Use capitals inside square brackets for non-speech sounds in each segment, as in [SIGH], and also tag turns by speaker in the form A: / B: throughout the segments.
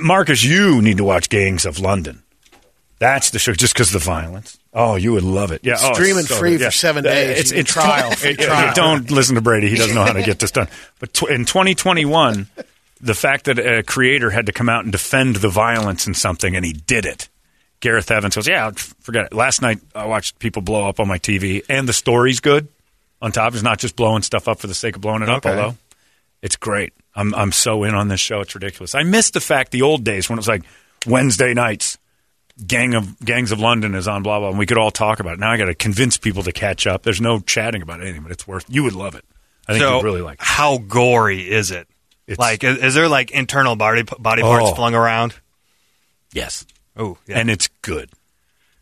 A: Marcus, you need to watch Gangs of London. That's the show, just because the violence. Oh, you would love it. Yeah, oh, it's
B: Streaming
A: so
B: free
A: good.
B: for seven days.
A: It's,
B: You can
A: it's
B: trial, free
A: yeah,
B: trial.
A: Don't listen to Brady; he doesn't know how
B: [LAUGHS]
A: to get this done. But tw- in 2021, the fact that a creator had to come out and defend the violence in something, and he did it. Gareth Evans goes, "Yeah, f- forget it." Last night, I watched people blow up on my TV, and the story's good. On top, it's not just blowing stuff up for the sake of blowing it up.
B: Okay.
A: Although it's great. I'm I'm so in on this show. It's ridiculous. I miss the fact the old days when it was like Wednesday nights, gang of gangs of London is on blah blah, and we could all talk about it. Now I got to convince people to catch up. There's no chatting about anything, but it's worth. You would love it. I think
C: so
A: you'd really like. it.
C: how gory is it?
A: It's-
C: like, is, is there like internal body body parts
A: Oh.
C: flung around?
A: Yes,
C: Oh, yeah.
A: and it's good.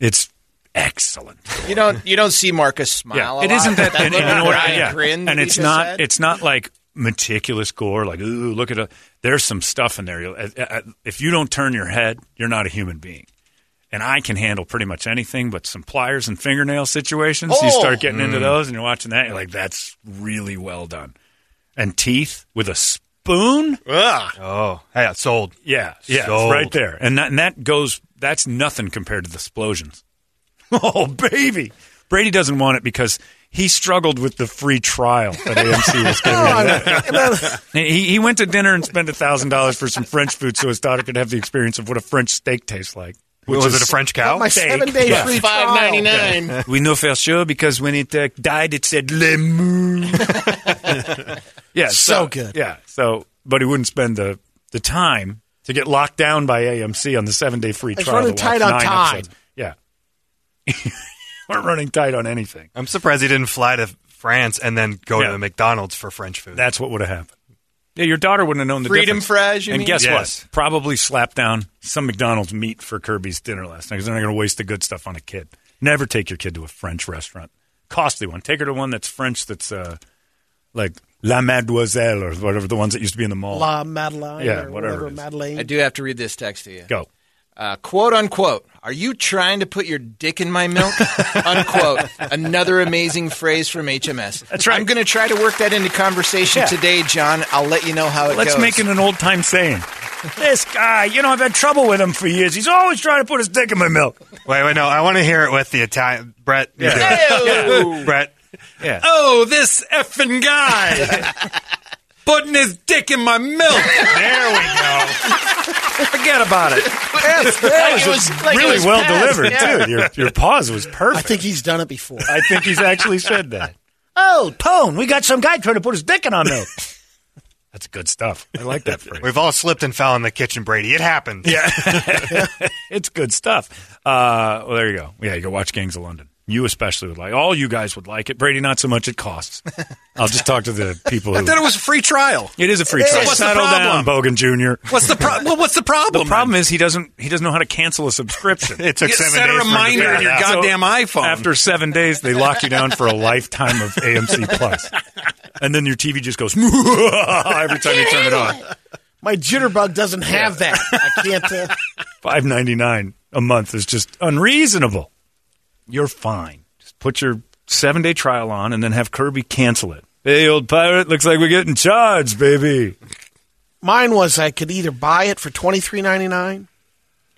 A: It's excellent.
D: You don't you don't see Marcus smile. a
A: it
D: lot,
A: isn't
D: but [LAUGHS]
A: that, and,
D: little
A: and you know what-
D: Ryan
A: yeah.
D: grin that
A: and
D: he
A: it's
D: just
A: not
D: had?
A: it's not like meticulous gore like ooh look at a there's some stuff in there You'll- uh, uh, if you don't turn your head you're not a human being and I can handle pretty much anything but some pliers and fingernail situations you
D: Oh.
A: start getting into those and you're watching that you're like that's really well done and teeth with a spoon
C: oh, hey, it's sold.
A: yeah yeah it's
C: Sold.
A: right there and that, and that goes that's nothing compared to the explosions [LAUGHS] Oh, baby. Brady doesn't want it because he struggled with the free trial that AMC was [LAUGHS] giving him. [LAUGHS] he, he went to dinner and spent $1,000 for some French food so his daughter could have the experience of what a French steak tastes like. Which
C: was
A: is-
C: it a French cow?
B: my
A: Steak.
B: seven day
A: Yeah.
B: free
D: five ninety
B: trial.
D: nine.
A: We know for sure because when it uh, died, it said Le
B: [LAUGHS]
A: Mou. yeah,
B: So good.
A: Yeah, so but he wouldn't spend the the time to get locked down by AMC on the seven day free
B: It's
A: trial.
B: running
A: to watch
B: tight on
A: nine
B: time.
A: episodes. Yeah, [LAUGHS] we're running tight on anything.
C: I'm surprised he didn't fly to France and then go
A: Yeah.
C: to McDonald's for French food.
A: That's what would have happened. Yeah, your daughter wouldn't have known the
D: Freedom
A: difference.
D: fries, you
A: and
D: mean?
A: guess
C: Yes.
A: what? Probably slapped down some McDonald's meat for Kirby's dinner last night because they're not going to waste the good stuff on a kid. Never take your kid to a French restaurant, costly one. Take her to one that's French, that's uh, like La Mademoiselle or whatever the ones that used to be in the mall.
B: La Madeleine.
A: Yeah, whatever
B: or whatever.
A: it is.
B: Madeleine.
D: I do have to read this text to you.
A: Go.
D: Uh, quote unquote. Are you trying to put your dick in my
A: [LAUGHS]
D: milk? unquote. Another amazing phrase from HMS.
A: That's right.
D: I'm going to try to work that into conversation
A: Yeah.
D: today, John. I'll let you know how it
A: Let's
D: goes.
A: make it an old time saying. this guy, you know, I've had trouble with him for years. He's always trying to put his dick in my milk.
C: wait, wait, no, I want to hear it with the Italian Brett. you do
A: [LAUGHS]
C: it.
D: Hey-o.
C: Brett,
A: Yeah.
E: Oh, this effing
D: [LAUGHS]
E: guy putting his dick in my milk.
C: there we go.
A: [LAUGHS] Forget about it.
D: Like [LAUGHS] it was- like it
A: really
D: was
A: well
D: passed.
A: delivered,
D: Yeah.
A: too. Your, your pause was perfect.
B: I think he's done it before.
A: I think he's actually said that. Oh, Tone, we got some guy trying to put his dick in our [LAUGHS] milk. That's good stuff. I like that phrase.
C: We've all slipped and fell in the kitchen, Brady. It happened. Yeah.
A: [LAUGHS] it's good stuff. Uh, well, there you go. Yeah, you go watch Gangs of London. You especially would like. All you guys would like it. Brady, not so much. It [LAUGHS] costs. I'll just talk to the people who.
E: Then it was a free trial.
A: it is a free trial.
E: So what's the
A: Settle down,
E: problem?
A: Bogan Jr.
E: What's the pro- well, What's the problem?
A: The problem is he doesn't. He doesn't know how to cancel a [LAUGHS] subscription.
C: It took
E: Yeah,
C: seven
E: set a
C: days. for him to
E: reminder
C: figure
E: in
C: it
E: your
C: out.
E: goddamn- iPhone.
A: After seven days, they lock you down for a lifetime of AMC [LAUGHS] Plus, and then your TV just goes [LAUGHS] every time you turn it on.
B: My jitterbug doesn't have that. I can't. Uh,
A: Five ninety nine a month is just unreasonable. You're fine. Just put your seven day trial on, and then have Kirby cancel it. Hey, old pirate, looks like we're getting charged, baby.
B: mine was I could either buy it for twenty three ninety nine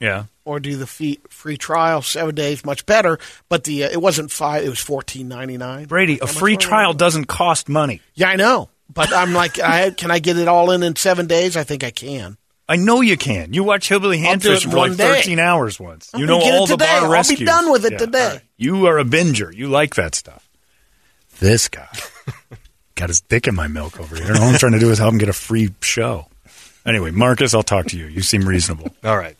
A: Yeah.
B: or do the fee, free trial seven days, much better. But the uh, it wasn't five; it was fourteen ninety nine.
A: Brady, a free trial doesn't cost money.
B: Yeah, I know. But I'm like, I, can I get it all in in seven days? I think I can.
A: I know you can. You watch Hillbilly
B: I'll do it
A: Handfish
B: in
A: for like
B: one day.
A: 13 hours once.
B: I'm
A: you know
B: gonna get
A: all
B: it
A: the
B: today.
A: bar
B: I'll be
A: rescues.
B: done with it today.
A: all You are a binger. You like that stuff. This
B: [LAUGHS]
A: guy got his dick in my milk over here. and All I'm trying to do is help him get a free show. Anyway, Marcus, I'll talk to you. You seem reasonable.
C: All right.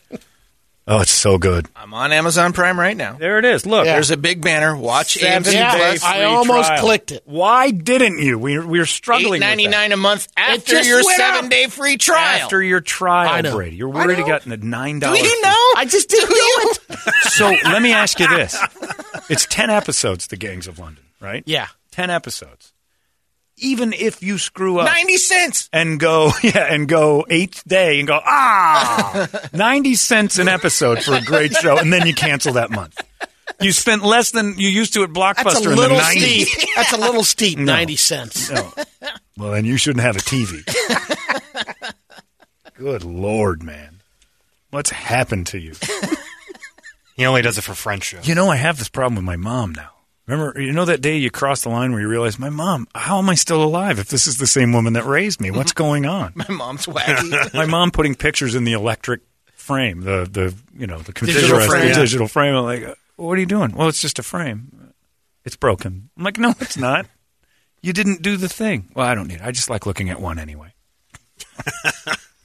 A: Oh, it's so good.
D: I'm on Amazon Prime right now.
A: There it is. Look,
B: Yeah.
D: There's a big banner. Watch
B: Seven
D: AMC
B: days.
D: Plus
B: I
D: free
B: almost
D: trial.
B: clicked it.
A: Why didn't you? We we are
D: Eight
A: struggling.
D: ninety
A: with that.
D: nine a month after
B: just
D: your
B: went up.
D: seven day free trial.
A: after your trial,
B: I know.
A: Brady. You're
B: I
A: already
B: know.
A: gotten the nine
D: Do
A: dollars.
D: you know?
B: I just didn't do it.
A: So let me ask you this: It's ten episodes, The Gangs of London, right?
B: [LAUGHS] Yeah.
A: ten episodes. Even if you screw up
D: Ninety cents.
A: and go, [LAUGHS] yeah, and go eighth day and go
B: [LAUGHS]
A: ah, ninety cents an episode for a great show, and then you cancel that month. You spent less than you used to at Blockbuster
B: That's
A: in
B: a
A: the
B: little
A: nineties.
B: steep. That's a little steep. Ninety cents. [LAUGHS]
A: Well, then you shouldn't have a TV. Good lord, man. What's happened to you?
C: He only does it for friendship.
A: you know, I have this problem with my mom now. Remember, you know that day you crossed the line where you realized, my mom, how am I still alive if this is the same woman that raised me? What's going on?
D: My [LAUGHS] mom's wacky.
A: my mom putting pictures in the electric frame, the the you know the computerized
B: Digital
A: digital frame.
B: frame. Yeah.
A: I'm like, uh, what are you doing? Well, it's just a frame. It's broken. I'm like, no, it's not. You didn't do the thing. Well, I don't need. it. I just like looking at one anyway.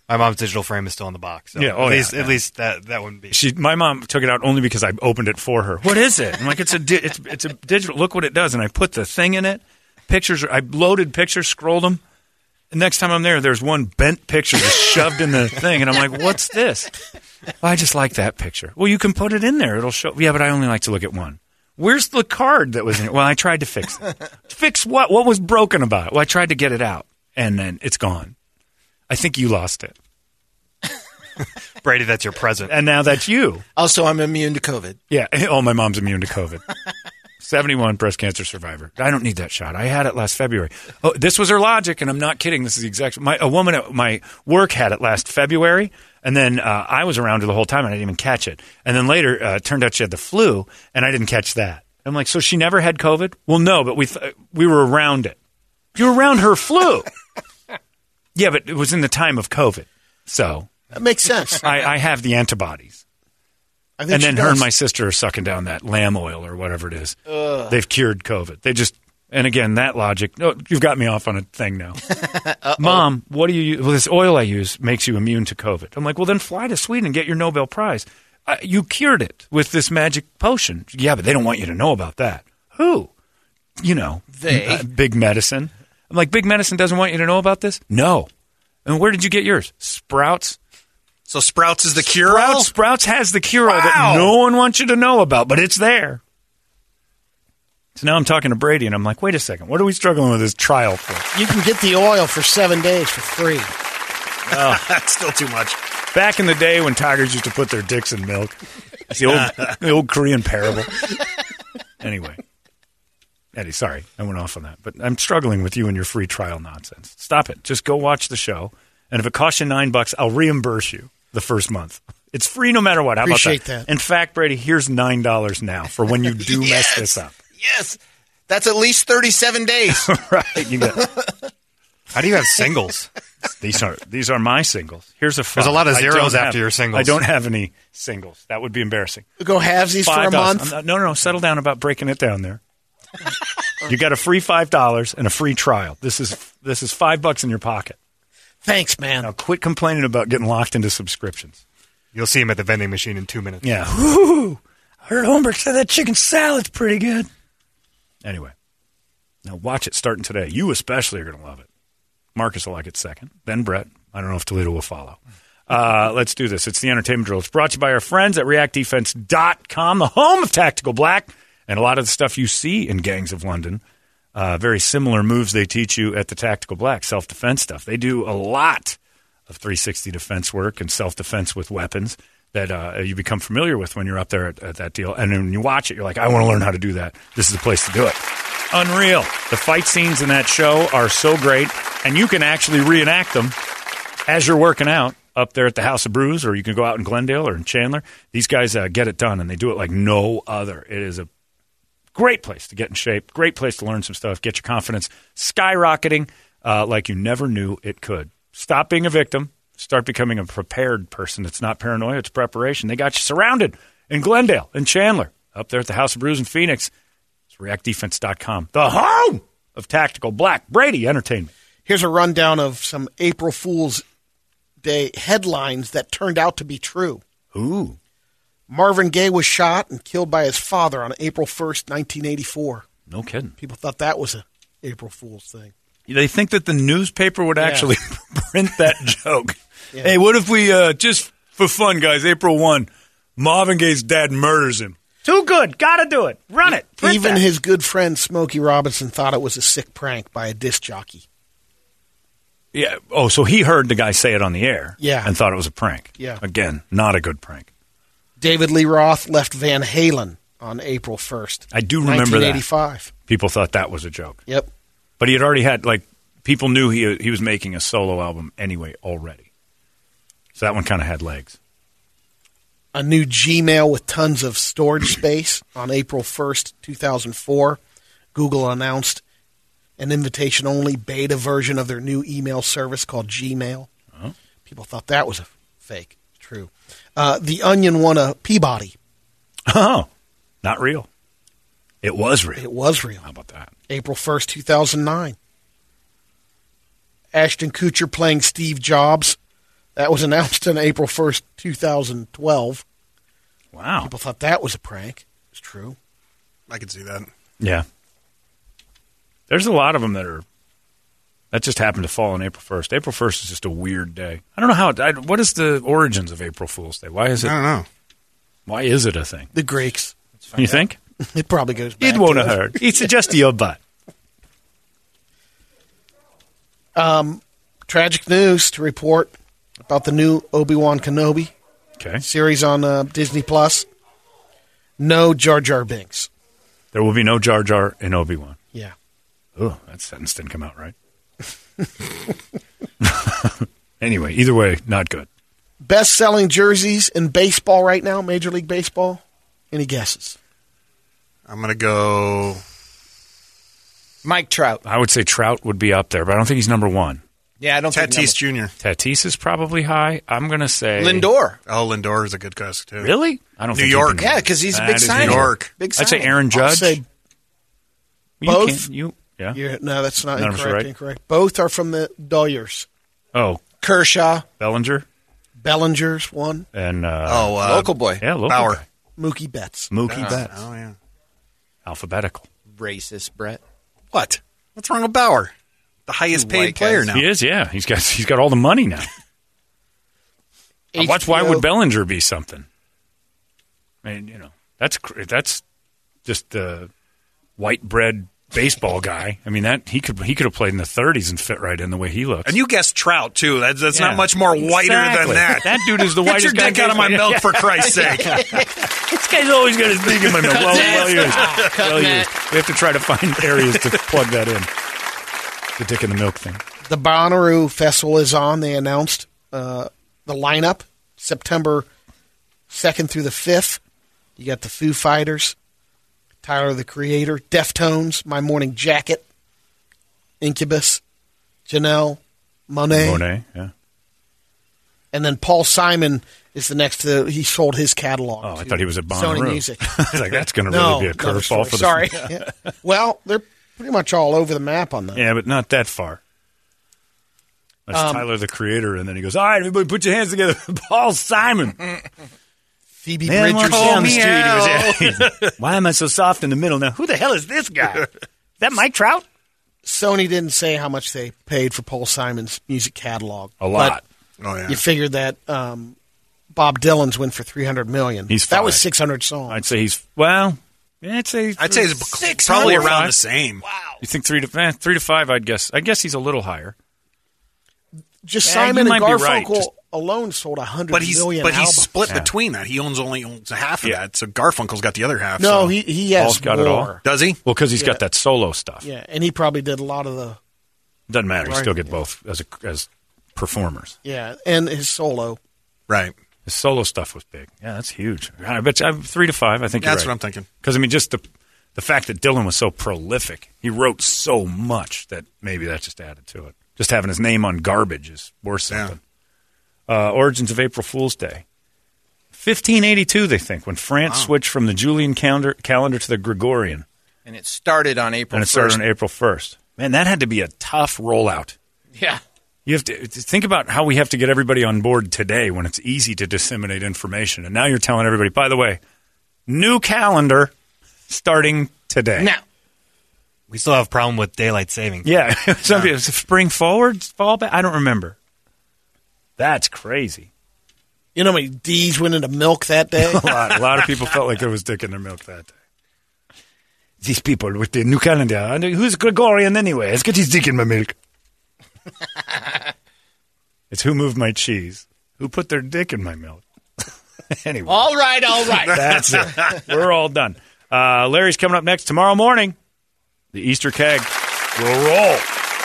C: My mom's digital frame is still in the box. So
A: Yeah, oh,
C: at
A: yeah,
C: least
A: yeah.
C: at least that that wouldn't be.
A: She, my mom took it out only because I opened it for her. What is it? I'm like, it's a, di- it's, it's a digital. Look what it does. And I put the thing in it. Pictures. are- I loaded pictures, scrolled them. The next time I'm there, there's one bent picture just shoved in the thing, and I'm like, what's this? Well, I just like that picture. Well, you can put it in there. It'll show. Yeah, but I only like to look at one. Where's the card that was in it? Well, I tried to fix it. fix what? What was broken about it? Well, I tried to get it out, and then it's gone. I think you lost it,
C: Brady, that's your present.
A: and now that's you.
D: also, I'm immune to COVID.
A: Yeah. [LAUGHS] Oh, my mom's immune to COVID. [LAUGHS] 71 breast cancer survivor. I don't need that shot. I had it last February. Oh, this was her logic, and I'm not kidding. This is the exact. My, a woman at my work had it last February, and then uh, I was around her the whole time, and I didn't even catch it. And then later, uh, it turned out she had the flu, and I didn't catch that. I'm like, so she never had COVID? Well, no, but we th- we were around it. You were around her flu. yeah, but it was in the time of COVID, so
B: That
A: [LAUGHS]
B: makes sense.
A: I, I have the antibodies
B: I think
A: and
B: she
A: then her and
B: does.
A: my sister are sucking down that lamb oil or whatever it is. They've cured COVID. They just and again that logic. No, you've got me off on a thing
B: [LAUGHS]
A: now. Mom, what do you? use? Well, this oil I use makes you immune to COVID. I'm like, well, then fly to Sweden and get your Nobel Prize. Uh, you cured it with this magic potion. Yeah, but they don't want you to know about that. Who? You know,
D: They.
A: uh, big medicine. I'm like, big medicine doesn't want you to know about this. No. And where did you get yours? Sprouts.
E: So Sprouts is the cure.
A: Sprouts, [LAUGHS] Sprouts has the cure all that
E: Wow.
A: no one wants you to know about, but it's there. So now I'm talking to Brady, and I'm like, wait a second, what are we struggling with this trial for?
B: you can get the oil for seven days for free.
E: That's still too much.
A: Back in the day when tigers used to put their dicks in milk, it's the old, the old Korean parable. Anyway, Eddie, sorry, I went off on that, but I'm struggling with you and your free trial nonsense. Stop it. Just go watch the show, and if it costs you nine bucks, I'll reimburse you the first month. It's free no matter what. How
B: Appreciate
A: about
B: that.
A: that? In fact, Brady, here's nine dollars now for when you do mess this up.
D: Yes. That's at least 37 days.
A: right. You got,
C: How do you have singles?
A: these are these are my singles. Here's a. Five.
C: There's a lot of
A: I don't
C: zeros
A: have-
C: after your singles.
A: I don't have any singles. That would be embarrassing.
B: Go halvesies for a
A: dollars.
B: month.
A: I'm not- no, no, no. Settle down about breaking it down there. you got a free five dollars and a free trial. This is this is five bucks in your pocket.
B: Thanks, man.
A: Now quit complaining about getting locked into subscriptions.
C: You'll see him at the vending machine in two minutes.
A: Yeah. Woo! I heard Holmberg said that chicken salad's pretty good. Anyway, now watch it starting today. You especially are going to love it. Marcus will like it second, then Brett. I don't know if Toledo will follow. Uh, let's do this. It's the entertainment drill. It's brought to you by our friends at reactdefense.com, the home of Tactical Black, and a lot of the stuff you see in Gangs of London. Uh, very similar moves they teach you at the Tactical Black, self defense stuff. They do a lot of 360 defense work and self defense with weapons that uh, you become familiar with when you're up there at, at that deal. And then when you watch it, you're like, I want to learn how to do that. This is the place to do it. Unreal. The fight scenes in that show are so great, and you can actually reenact them as you're working out up there at the House of Brews, or you can go out in Glendale or in Chandler. These guys uh, get it done, and they do it like no other. It is a great place to get in shape, great place to learn some stuff, get your confidence skyrocketing uh, like you never knew it could. Stop being a victim, start becoming a prepared person. It's not paranoia, it's preparation. They got you surrounded in Glendale and Chandler, up there at the House of Brews in Phoenix. It's reactdefense.com, the home of Tactical Black Brady Entertainment.
B: Here's a rundown of some April Fool's Day headlines that turned out to be true.
A: Ooh.
B: Marvin Gaye was shot and killed by his father on April 1st, 1984.
A: No kidding.
B: People thought that was a April Fool's thing.
A: They think that the newspaper would actually [LAUGHS] print
B: [LAUGHS]
A: that joke.
B: Yeah.
A: Hey, what if we uh, just for fun, guys? April one, Marvin Gaye's dad murders him. Too good. Gotta do it. Run it. Print
B: Even
A: that.
B: his good friend Smokey Robinson thought it was a sick prank by a disc jockey.
A: yeah. Oh, so he heard the guy say it on the air.
B: Yeah.
A: and thought it was a prank.
B: Yeah.
A: Again, not a good prank.
B: David Lee Roth left Van Halen on April 1st.
A: I do remember that.
B: 1985.
A: People thought that was a joke,
B: Yep.
A: but he had already had like people knew
B: [LAUGHS]
A: he he was making a solo album anyway already. So that one kind of had legs.
B: a new Gmail with tons
A: [CLEARS THROAT]
B: of storage space on April 1st, 2004. Google announced an invitation only beta version of their new email service called Gmail.
A: Oh.
B: People thought that was a fake. It's True. Uh, the Onion won a Peabody.
A: Oh, not real. It was
B: It
A: real.
B: was real.
A: How about that?
B: April 1st, 2009. Ashton Kutcher playing Steve Jobs. That was announced on April 1st, 2012.
A: Wow.
B: People thought that was a prank. It's true.
C: I can see that.
A: Yeah. There's a lot of them that are. That just happened to fall on April 1st. April 1st is just a weird day. I don't know how. It, I, what is the origins of April Fool's Day? Why is
C: I
A: it?
C: don't know.
A: Why is it a thing?
B: The Greeks. [LAUGHS]
A: You think?
B: It probably goes back.
A: It won't
B: to
A: have
B: [LAUGHS]
A: hurt. It's just your butt.
B: Tragic news to report about the new Obi Wan Kenobi
A: Okay.
B: series on uh, Disney Plus. No Jar Jar Binks.
A: There will be no Jar Jar and Obi Wan.
B: Yeah.
A: Oh, that sentence didn't come out
B: [LAUGHS]
A: right. anyway, either way, not good.
B: Best selling jerseys in baseball right now, Major League Baseball. Any guesses?
C: I'm gonna go.
D: Mike Trout.
A: I would say Trout would be up there, but I don't think he's number one.
D: Yeah, I don't
C: Tatis
D: think
C: Jr.
A: Tatis is probably high. I'm going to say
D: Lindor.
C: Oh, Lindor is a good guess too.
A: Really? I don't
C: New
A: think
C: York.
A: he can-
D: Yeah, because he's a
A: That
D: big
A: is
D: signing.
C: New York.
D: Big
A: I'd say
D: signing.
A: Aaron Judge.
B: I'll say
A: You
B: both.
A: can't- You, yeah.
B: Yeah, no, that's not
A: None of us are
B: incorrect.
A: right.
B: Incorrect. Both are from the Doyers.
A: Oh,
D: Kershaw.
A: Bellinger
B: Bellinger's one,
A: and uh,
C: Oh, uh,
D: local boy.
A: yeah, local
C: Bauer.
A: guy.
B: Mookie Betts.
A: Mookie Betts.
C: Oh yeah.
A: Alphabetical.
D: Racist, Brett.
C: What? What's wrong with Bauer? The highest paid
D: white
C: player
D: guys.
C: now.
A: He is. Yeah, he's got he's got all the money
C: [LAUGHS]
A: now. Uh, What's why
B: HBO
A: would Bellinger be something? I mean, you know, that's cr- that's just the white bread baseball guy. I mean, that he could he could have played in the 30s and fit right in the way he looks.
C: And you guessed Trout too. That's, that's
A: Yeah.
C: not much more whiter
A: Exactly.
C: than that.
A: That dude is the
C: Get
A: whitest
C: your
A: guy in
C: dick out of my
A: baseball.
C: milk for Christ's sake.
A: This guy's always got his big in my mouth. Well, well used. Well used. We have to try to find [LAUGHS] areas to plug that in. The dick in the milk thing.
B: The Bonnaroo Festival is on. They announced uh, the lineup September 2nd through the 5th. You got the Foo Fighters, Tyler the Creator, Deftones, My Morning Jacket, Incubus, Janelle, Monet,
A: Monet, yeah.
B: and then Paul Simon is the next. To, he sold his catalog.
A: Oh, I
B: to
A: thought he was at Bonnaroo. [LAUGHS]
B: Sony Music.
A: It's like that's going to really
B: No,
A: be a
B: another
A: curveball
B: story.
A: for the [LAUGHS]
B: Sorry. [LAUGHS] well, they're pretty much all over the map on that.
A: Yeah, but not that far. That's
B: Um,
A: Tyler the Creator, and then he goes, "All right, everybody, put your hands together." [LAUGHS] Paul Simon,
B: Phoebe
A: Man
B: Bridgers.
A: walks down the
B: Yeah.
A: street, he [LAUGHS] goes, "Yeah." Why am I so soft in the middle now? Who the hell is this guy? Is that Mike Trout?
B: Sony didn't say how much they paid for Paul Simon's music catalog.
A: A lot.
C: Oh yeah.
B: But you figured that um, Bob Dylan's went for three hundred million.
A: He's
B: that was
A: five.
B: six hundred songs.
A: I'd say he's well. Yeah, I'd say
C: I'd say it's
A: six,
C: probably
A: four or
C: around
A: five.
C: the same.
A: You think three to eh, three to five? I'd guess. I guess he's a little higher.
B: Just
A: Yeah, you
B: Simon and
A: might be right.
B: Garfunkel
A: Just-
B: alone sold a hundred
C: But he's
B: million.
C: but he's
B: albums.
C: split between that. He owns only owns half of that. So Garfunkel's got the other half.
B: No,
C: so-
B: he he has
A: Paul's got it all.
B: more.
C: does he?
A: Well, because he's got that solo stuff.
B: Yeah, and he probably did a lot of the
A: Doesn't matter. You
B: Right.
A: still get both as a, as performers.
B: yeah, and his solo.
C: Right.
A: His solo stuff was big. Yeah, that's huge. God, I bet you I'm three to five. I think you're
C: That's what
A: right.
C: I'm thinking.
A: Because I mean, just the the fact that Dylan was so prolific, he wrote so much that maybe that just added to it. Just having his name on garbage is worth
C: Yeah.
A: something. Uh, origins of April Fool's Day. 1582, they think, when France switched from the Julian calendar, calendar to the Gregorian,
D: And it started on April
A: and it started
D: 1st.
A: on April 1st. Man, that had to be a tough rollout.
D: Yeah.
A: You have to think about how we have to get everybody on board today when it's easy to disseminate information. And now you're telling everybody, by the way, new calendar starting today.
D: Now,
E: We still have a problem with daylight saving.
A: Yeah. [LAUGHS] Some people spring forward, fall back. I don't remember. That's crazy.
B: You know how many D's went into milk
A: [LAUGHS]
B: that day?
A: A lot, a lot of people felt like there was dick in their milk that day. These people with the new calendar. and Who's Gregorian anyway? Let's get his dick in my milk. it's who moved my cheese. Who put their dick in my milk? [LAUGHS] anyway.
D: all right, all
A: [LAUGHS]
D: right.
A: That's it. We're all done. Uh, Larry's coming up next tomorrow morning. The Easter keg will roll.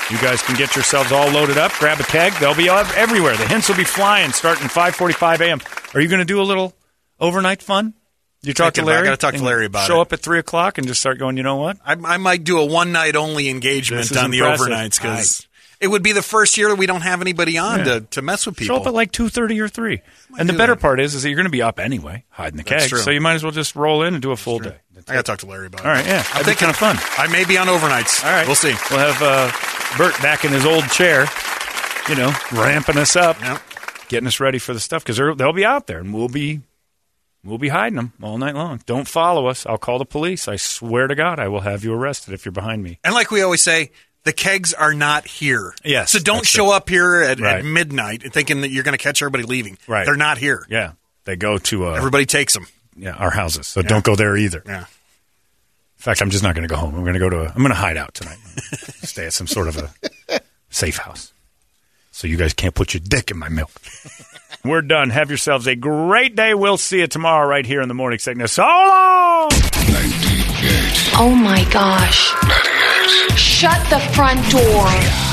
A: You guys can get yourselves all loaded up. Grab a keg. They'll be ev- everywhere. The hints will be flying starting 5:45 a.m. Are you going to do a little overnight fun? You talk
C: Thinking
A: to
C: about it. I
A: Larry.
C: gotta talk to
A: and
C: Larry about
A: show
C: it.
A: up at three o'clock and just start going. You know what?
C: I, I might do a one night only engagement
A: This is
C: on the
A: impressive.
C: overnights because it would be the first year that we don't have anybody on to, to mess with people.
A: Show up at like two thirty or three. And the
C: do
A: better
C: that.
A: part is, is that you're going to be up anyway, hiding the
C: That's
A: keg.
C: true.
A: So you might as well just roll in and do a full day.
C: I got to talk to Larry about it.
A: All right, yeah,
C: I'm
A: that'd be
C: thinking
A: kind of fun.
C: I may be on overnights.
A: All right,
C: We'll see.
A: We'll have uh, Bert back in his old chair, you know, ramping us up,
C: Yeah.
A: getting us ready for the stuff because they'll be out there and we'll be we'll be hiding them all night long. Don't follow us. I'll call the police. I swear to God, I will have you arrested if you're behind me.
C: And like we always say, the kegs are not here.
A: Yes,
C: So don't
A: that's
C: show up here at,
A: Right.
C: at midnight thinking that you're going to catch everybody leaving.
A: Right.
C: They're not here.
A: Yeah, they go to uh,
C: Everybody takes them.
A: yeah, our houses, so don't go there either.
C: Yeah.
A: In fact, I'm just not going to go home. I'm going to go to. A, I'm going to hide out tonight. Stay at some sort of a safe house, so you guys can't put your dick in my milk. We're done. Have yourselves a great day. We'll see you tomorrow right here in the morning sickness. So long.
F: Oh my gosh. Shut the front door.